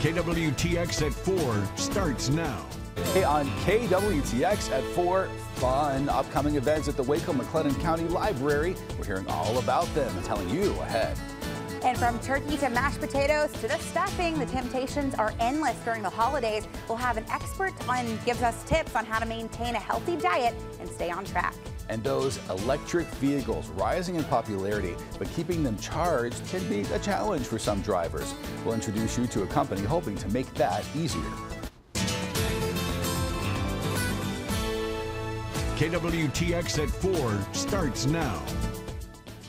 KWTX at 4 starts now. Hey, on KWTX at 4, fun upcoming events at the Waco McLennan County Library. We're hearing all about them and telling you ahead. And from turkey to mashed potatoes to the stuffing, the temptations are endless during the holidays. We'll have an expert on gives us tips on how to maintain a healthy diet and stay on track. And those electric vehicles rising in popularity, but keeping them charged can be a challenge for some drivers. We'll introduce you to a company hoping to make that easier. KWTX at 4 starts now.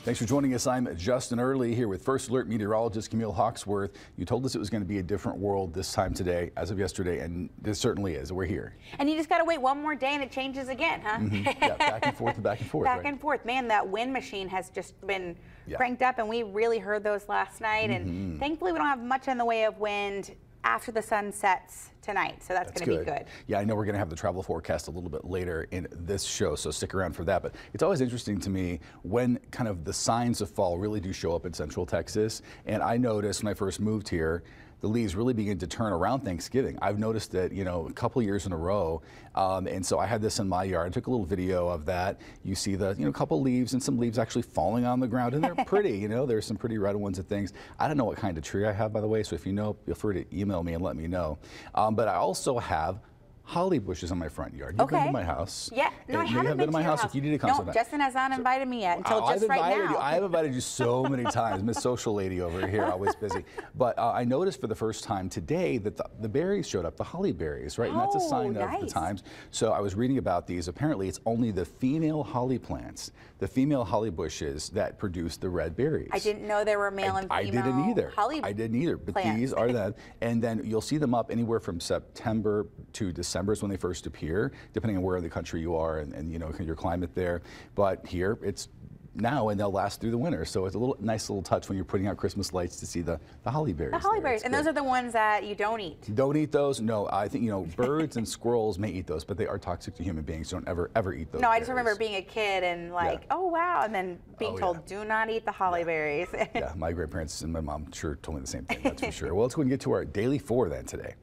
Thanks for joining us. I'm Justin Early here with First Alert meteorologist Camille Hawksworth. You told us it was going to be a different world this time today, as of yesterday, and this certainly is. We're here. And you just got to wait one more day and it changes again, huh? Yeah, back and forth and back and forth. Back right? and forth. Man, that wind machine has just been Yeah. Mm-hmm. cranked up, and we really heard those last night. And thankfully, we don't have much in the way of wind after the sun sets tonight. So that's, going to be good. Yeah, I know we're going to have the travel forecast a little bit later in this show, so stick around for that. But it's always interesting to me when kind of the signs of fall really do show up in central Texas. And I noticed when I first moved here, the leaves really begin to turn around Thanksgiving. I've noticed that, you know, a couple years in a row. Um, and so I had this in my yard. I took a little video of that. You see the, you know, couple leaves and some leaves actually falling on the ground, and they're pretty. you know, there's some pretty red ones and things. I don't know what kind of tree I have, by the way. So if you know, feel free to email me and let me know. Um, but I also have holly bushes in my front yard. You've been to Okay. my house. Yeah, no, Uh, I you haven't haven't been to my your house. If you need to come No, sometime. Justin has not invited me yet until I- I've just right invited now. You, I have invited you so many times. Miss Social Lady over here, always busy. But uh, I noticed for the first time today that the, the berries showed up, the holly berries, right? And that's a Oh, sign of the nice. times. So I was reading about these. Apparently, it's only the female holly plants, the female holly bushes that produce the red berries. I didn't know there were male and female. I didn't either. Holly I didn't either. But plants. these are them, and then you'll see them up anywhere from September to December is when they first appear, depending on where in the country you are and, and you know your climate there. But here it's now, and they'll last through the winter. So it's a little nice little touch when you're putting out Christmas lights to see the the holly berries. The holly there. berries, It's and good. Mm. those are the ones that you don't eat. Don't eat those. No, I think you know birds and squirrels may eat those, but they are toxic to human beings. Don't ever ever eat those. No, I just berries. remember being a kid and like, oh wow, and then being Oh, told, yeah. do not eat the holly berries. yeah, my grandparents and my mom sure told me the same thing, that's for sure. Well, let's go and get to our daily four then today.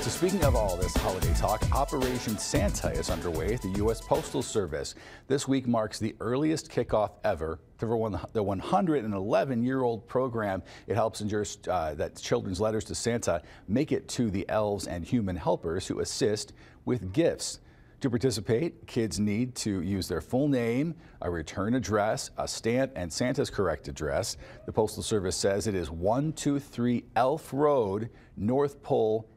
So, speaking of all this holiday talk, Operation Santa is underway at the U.S. Postal Service. This week marks the earliest kickoff ever to one- the 111 year old program. It helps ensure uh, that children's letters to Santa make it to the elves and human helpers who assist with gifts. To participate, kids need to use their full name, a return address, a stamp, and Santa's correct address. The Postal Service says it is 123 Elf Road, North Pole.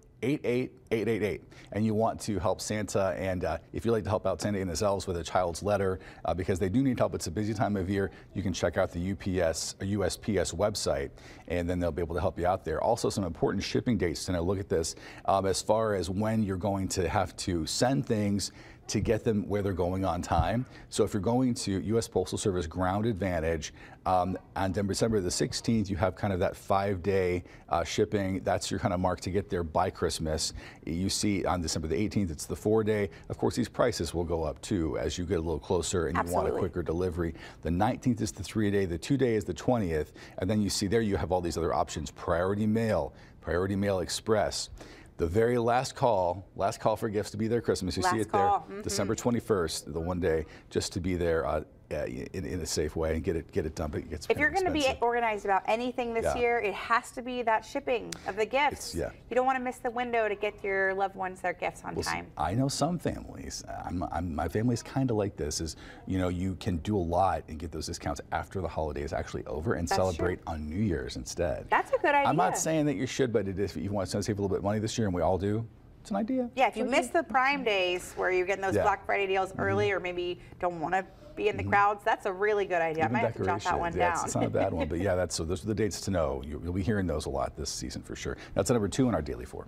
88888. And you want to help Santa, and uh, if you'd like to help out Santa and his elves with a child's letter, uh, because they do need help, it's a busy time of year, you can check out the UPS, or USPS website, and then they'll be able to help you out there. Also, some important shipping dates to know. Look at this um, as far as when you're going to have to send things to get them where they're going on time. So if you're going to U.S. Postal Service Ground Advantage um, on Dem- December the 16th, you have kind of that five-day uh, shipping. That's your kind of mark to get there by Christmas. You see on December the 18th, it's the four-day. Of course, these prices will go up too as you get a little closer and you want a Absolutely. quicker delivery. The 19th is the three-day. The two-day is the 20th, and then you see there you have all these other options: priority mail, priority mail express. The very last call, last call for gifts to be there Christmas. You see Last it there. Mm-hmm. call. mm-hmm. December 21st, the one day, just to be there uh, uh, in, in a safe way and get it get it done. But it gets if you're going to be expensive. organized about anything this Yeah. year, it has to be that shipping of the gifts. yeah. You don't want to miss the window to get your loved ones their gifts on time. I know some families. I'm, I'm, my family's kind of like this. Is you know you can do a lot and get those discounts after the holiday is actually over and true. celebrate on New Year's instead. That's a good I'm not idea. saying that you should, but it is, if you want to save a little bit of money this year, and we all do, it's an idea. Yeah, if you miss the prime days where you're getting those Mm-hmm. Yeah. Mm-hmm. Black Friday deals early, or maybe don't want to be in the crowds, that's a really good idea. I might Even have to jot that decorations, one yeah, down. It's, it's not a bad one, but yeah, that's so. Those are the dates to know. You, you'll be hearing those a lot this season for sure. That's number two in our daily four.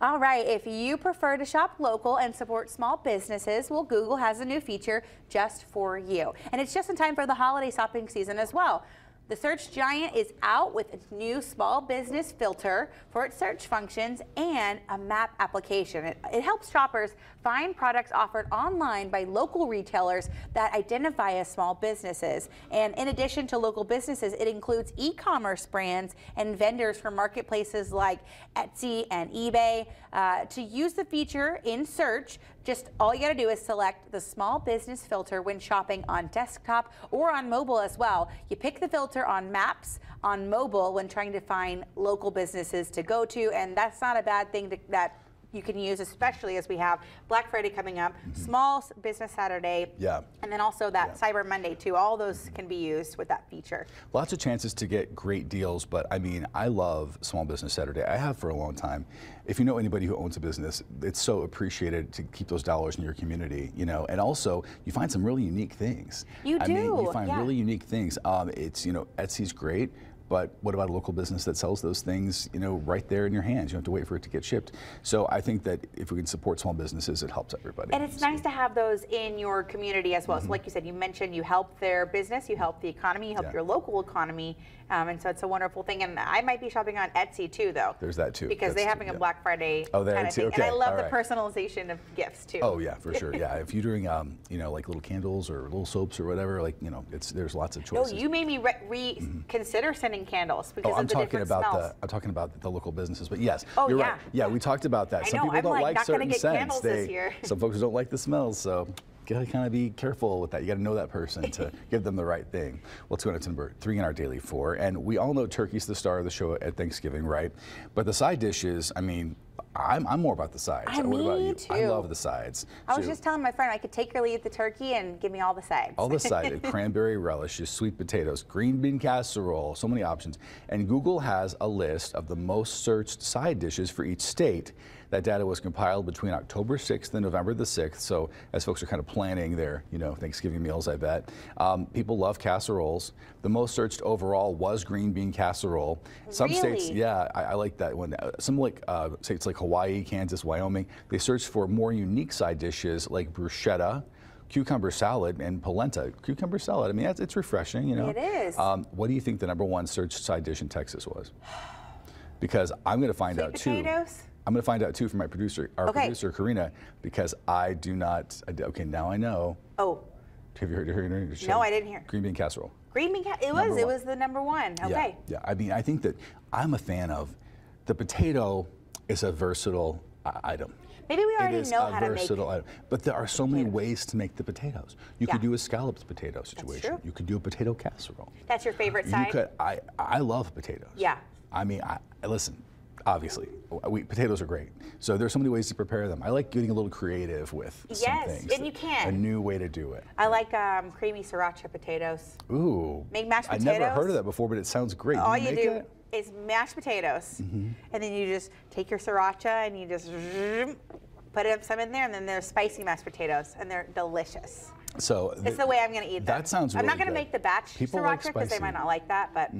All right, if you prefer to shop local and support small businesses, well, Google has a new feature just for you. And it's just in time for the holiday shopping season as well. The search giant is out with its new small business filter for its search functions and a map application. It, it helps shoppers find products offered online by local retailers that identify as small businesses. And in addition to local businesses, it includes e commerce brands and vendors from marketplaces like Etsy and eBay. Uh, to use the feature in search, just all you got to do is select the small business filter when shopping on desktop or on mobile as well. You pick the filter on maps on mobile when trying to find local businesses to go to, and that's not a bad thing to, that you can use, especially as we have Black Friday coming up, Small S- Business Saturday, Mm-hmm. Yeah. Mm-hmm. and then also that Cyber Monday too. All those can be used with that feature. Lots of chances to get great deals, but I mean, I love Small Business Saturday. I have for a long time. If you know anybody who owns a business, it's so appreciated to keep those dollars in your community, you know. And also, you find some really unique things. You I mean, you do, find yeah. really unique things. Um, it's you know, Etsy's great. But what about a local business that sells those things, you know, right there in your hands? You don't have to wait for it to get shipped. So I think that if we can support small businesses, it helps everybody. And it's nice to have those in your community as well. Mm-hmm. So, like you said, you mentioned you help their business, you help the economy, you help Yeah. your local economy, um, and so it's a wonderful thing. And I might be shopping on Etsy too, though. There's that, too. because they're That's- having a yeah. Black Friday Oh, there kind of too. thing. Okay, And I love all the right. personalization of gifts too. Oh yeah, for sure. Yeah, if you're doing, um, you know, like little candles or little soaps or whatever, like you know, it's there's lots of No, choices. you made me re- reconsider sending candles because Oh, of I'm the talking different about smells. the I'm talking about the local businesses, but yes, Oh, you're yeah. right. Yeah, we talked about that. I some know, people I'm don't like, like not gonna certain get scents. candles this They, year. some folks don't like the smells, so gotta kind of be careful with that. You gotta know that person to give them the right thing. Well, two minutes number three in our daily four, and we all know turkey's the star of the show at Thanksgiving, right? But the side dishes, I mean, I'm, I'm more about the sides. I- what about me you? I too. love the sides. I was too. just telling my friend I could take or leave the turkey and give me all the sides. All the cited cranberry relishes, sweet potatoes, green bean casserole, so many options. And Google has a list of the most searched side dishes for each state. That data was compiled between October 6th and November the 6th. So as folks are kind of planning their, you know, Thanksgiving meals, I bet um, people love casseroles. The most searched overall was green bean casserole. Some states, Really? yeah, I, I like that one. Uh, Some like uh, states like Hawaii, Kansas, Wyoming, they searched for more unique side dishes like bruschetta, cucumber salad, and polenta. Cucumber salad, I mean, that's, it's refreshing, you know. It is. Um, what do you think the number one searched side dish in Texas was? Because I'm going to find out potatoes? too. I'm going to find out too from my producer, our Okay. producer Karina, because I do not. I do- okay, now I know. oh, Have you heard? heard, heard No, I didn't hear. Green bean casserole. green bean. Ca- it was. Number It one. was the number one. Okay. Yeah, yeah. I mean, I think that I'm a fan of the potato is a versatile i- item. Maybe we already it is know a how to make. versatile item. But there are so many ways to make the potatoes. You could Yeah. do a scalloped potato situation. true. You could do a potato casserole. That's your favorite You side. could. I I love potatoes. Yeah. I mean, I I- listen. Obviously, we, potatoes are great. So there's so many ways to prepare them. I like getting a little creative with some Yes, things. and you can. A new way to do it. I like um, creamy sriracha potatoes. Ooh. Make mashed I never heard of potatoes. that before, but it sounds great. All you, you make do it? Mm-hmm. is mashed potatoes, and then you just take your sriracha and you just zzzm, put it- some in there, and then there's spicy mashed potatoes, and they're delicious. So It's the way I'm going to eat them. That sounds I'm not really going to good. make the batch People like sriracha because they spicy. Mm-hmm. might not like that, but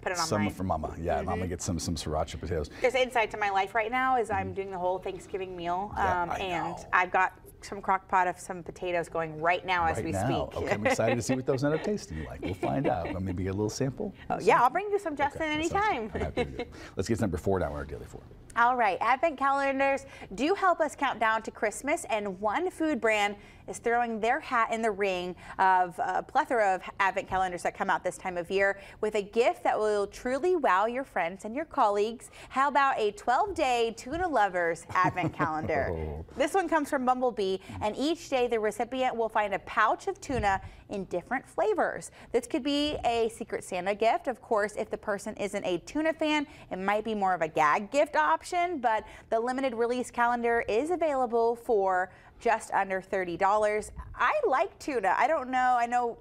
put it on Some mine. for Mama. Yeah, Mm-hmm. Mama gets some some sriracha potatoes. There's insight to my life right now is I'm doing the whole Thanksgiving meal, Mm-hmm. Yeah, um, I and know. I've got some crock pot of some potatoes going right now as right we now. speak. Okay, I'm excited to see what those end up tasting like. We'll find out. Well, Maybe get a little sample. Oh, yeah, I'll bring you some, Justin, Okay, that sounds- anytime. I'm happy to do it. Let's get to number four down on our daily four. All right, advent calendars do help us count down to Christmas, and one food brand is throwing their hat in the ring of a plethora of advent calendars that come out this time of year with a gift that will truly wow your friends and your colleagues. How about a 12 day tuna lovers advent calendar? Oh. This one comes from Bumblebee, and each day the recipient will find a pouch of tuna in different flavors. This could be a Secret Santa gift, of course, if the person isn't a tuna fan. It might be more of a gag gift option, but the limited release calendar is available for just under $30. I like tuna. I don't know. I know.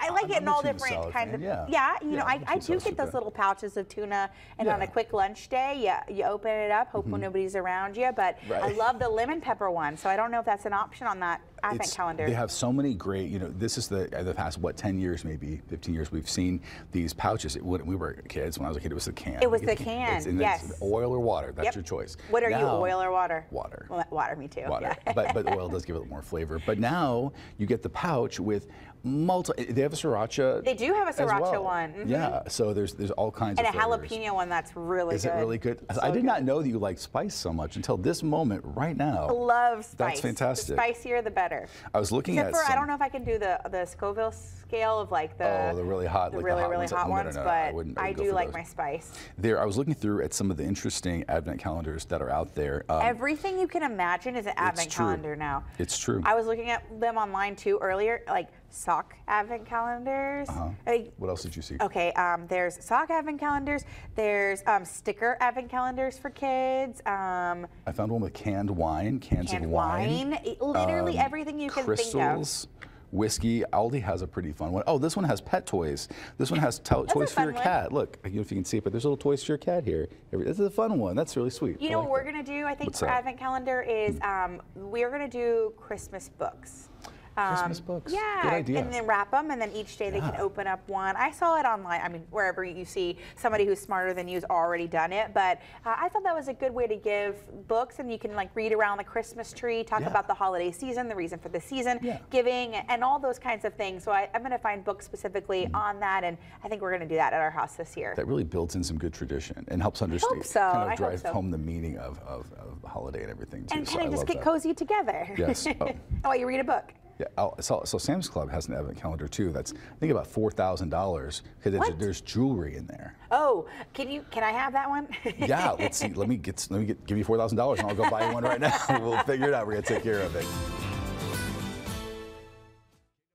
I like I'm- it in I'm a all tuna different salad kinds fan, of. yeah. you Yeah, know, I'm I, a I tuna do salad get those fan. little pouches of tuna, and on a Yeah. Mm-hmm. quick lunch day, yeah, you open it up, hope when nobody's around you. But I Right. love the lemon pepper one, so I don't know if that's an option on that advent it's- calendar. They have so many great, you know, this is the uh, the past what 10 years maybe, 15 years we've seen these pouches. It, when we were kids, when I was a kid, it was the can. It was You the get can, it's- and it's yes. oil or water, that's Yep. your choice. What are you, Now- oil or water? Water. Well, water, me too. Water, Yeah. but but oil does give it more flavor. But now you get the pouch with multiple. They have a sriracha. They do have a as sriracha well. one, mhm. Yeah, so there's there's all kinds and a of flavors. jalapeno one that's really Is good. it really good? I did not know that you like spice so much until this moment right now. Love spice. That's fantastic. The spicier, the better. I was looking Except at for I some- don't know if I can do the the Scoville scale of like the Oh, the really hot- the like the really hot really ones. hot Oh, no, no, ones, no, no, but I wouldn't- I I wouldn't go do for like those. my spice. There, I was looking through at some of the interesting advent calendars that are out there. Um, Everything you can imagine is an advent true. calendar now. It's true. I was looking at them online too earlier, like sock advent calendars. Uh-huh. Like, Uh, what else did you see? Okay, um, there's sock advent calendars. There's um, sticker advent calendars for kids. Um, I found one with canned wine, cans and of wine, wine. It- Literally um, everything you can think crystals, whiskey. Aldi has a pretty fun one. Oh, this one has pet toys. This one has to- toys for fun your one. cat. Look, I don't know if you can see it, but there's little toys for your cat here. Every- This is a fun one. That's really sweet. of. You I know like what we're that. gonna do? I think What's for that? advent calendar is um, we're gonna do Christmas books. Christmas books. Good um, Yeah, idea. and then wrap them, and then each day they can Yeah. open up one. I saw it online. I mean, wherever you see somebody who's smarter than you's already done it, but uh, I thought that was a good way to give books, and you can like read around the Christmas tree, talk Yeah. about the holiday season, the reason for the season, Yeah. giving, and all those kinds of things. So I, I'm going to find books specifically on that, and I think we're going to do that at our house this year. Mm-hmm. That really builds in some good tradition and helps understand, so. kind I of hope drive so. home the meaning of, of, of the holiday and everything. Too. and So kind I of just love get that. cozy together. Yes, oh. oh, you read a book. Yeah, I'll, so, so Sam's Club has an advent calendar too. That's I think about four thousand dollars because there's, What? there's jewelry in there. Oh, can you? Can I have that one? Yeah, let's see. Let me get let me get, give you four thousand dollars and I'll go buy you one right now. we'll figure it out. We're gonna take care of it.